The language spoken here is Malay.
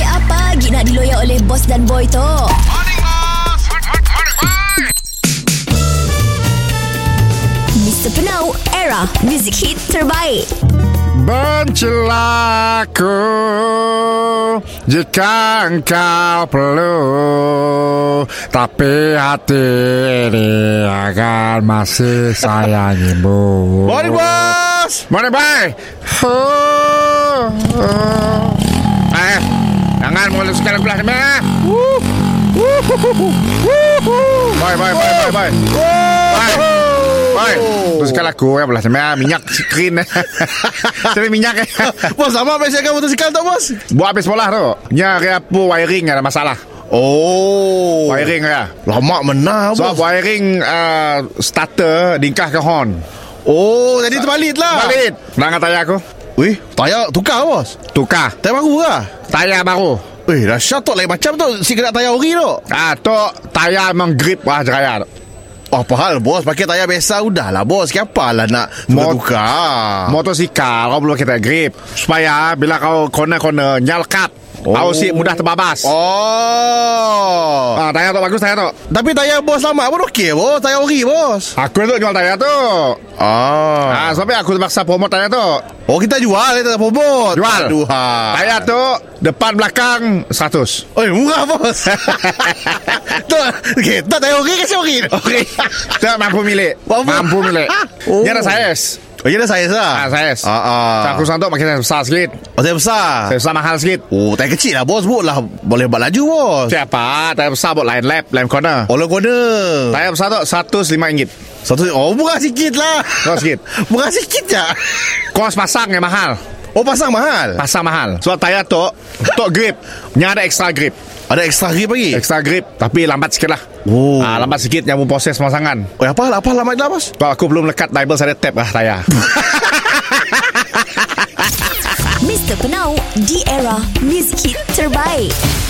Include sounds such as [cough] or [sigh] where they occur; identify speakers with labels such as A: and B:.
A: lagi nak diloyak oleh bos dan boy tu? Mr. Penau, era music hit terbaik.
B: Bencilah aku Jika engkau perlu Tapi hati ini akan masih sayangimu
C: Morning bos
B: Morning bye oh, oh. Eh, jangan mulut sekarang pula ni eh. Bye bye bye bye bye Bye Bye Tu sekarang aku ya belah sebenarnya minyak [laughs] skrin Tapi minyak eh.
C: [laughs] Bos lama abis siapkan motosikal tak bos
B: Buat habis sekolah tu Nya dia apa wiring ada masalah
C: Oh
B: Wiring dia
C: Lama menah
B: So
C: bos
B: wiring uh, starter dingkah ke horn
C: Oh jadi terbalik lah
B: Balik Nak tayar aku
C: Weh Tayar tukar bos
B: Tukar
C: Tayar baru lah
B: Tayar baru
C: Eh dahsyat tu lain macam tu Si kena tayar ori tu
B: Ah, tu tayar memang grip wah jeraya tu
C: Oh, Apa hal bos Pakai tayar biasa Udah lah bos Siapa lah nak
B: Mot-
C: Tukar
B: Ah. Motosikal kau perlu kita grip Supaya bila kau corner-corner Nyalkat oh. Kau si mudah terbabas oh.
C: Oh
B: ah, Tayar tu bagus tayar tu
C: Tapi tayar bos lama pun okey bos Tayar ori bos
B: Aku tu jual tayar tu
C: Ah.
B: ah. Sampai aku terpaksa promote tayar tu
C: Oh kita jual Kita tak promote
B: Jual
C: Aduh ha.
B: Tayar tu Depan belakang 100
C: Oi murah bos
B: [laughs]
C: Tu Kita tayar ori Kasih ori Ori
B: Tak mampu milik
C: Mampu.
B: Mampu milik [laughs]
C: Oh.
B: oh. Dia ada saiz
C: Oh dia dah saiz lah
B: Ah, saiz
C: ah, ah.
B: So, Aku santuk makin saiz besar sikit
C: Oh saya besar
B: Saiz besar mahal sikit
C: Oh tayar kecil lah bos Buat lah Boleh buat laju bos
B: Siapa Tayar besar buat line lap Line corner Ah. oh.
C: Oh lo kode
B: Tayar besar tu RM105
C: Satu Oh murah sikit lah
B: Murah sikit.
C: [laughs]
B: [laughs]
C: Murah sikit je
B: Kos pasang yang mahal
C: Oh pasang mahal
B: Pasang mahal Sebab tayar tu Tok grip Nya ada extra grip
C: Ada extra grip lagi
B: Extra grip Tapi lambat sikit lah
C: Oh.
B: ah, Lambat sikit Yang pun proses pemasangan
C: Oh apa lah Apa lama dah bos
B: Sebab aku belum lekat Bible saya ada tab lah tayar
A: Mr. Penau, di era music hit terbaik.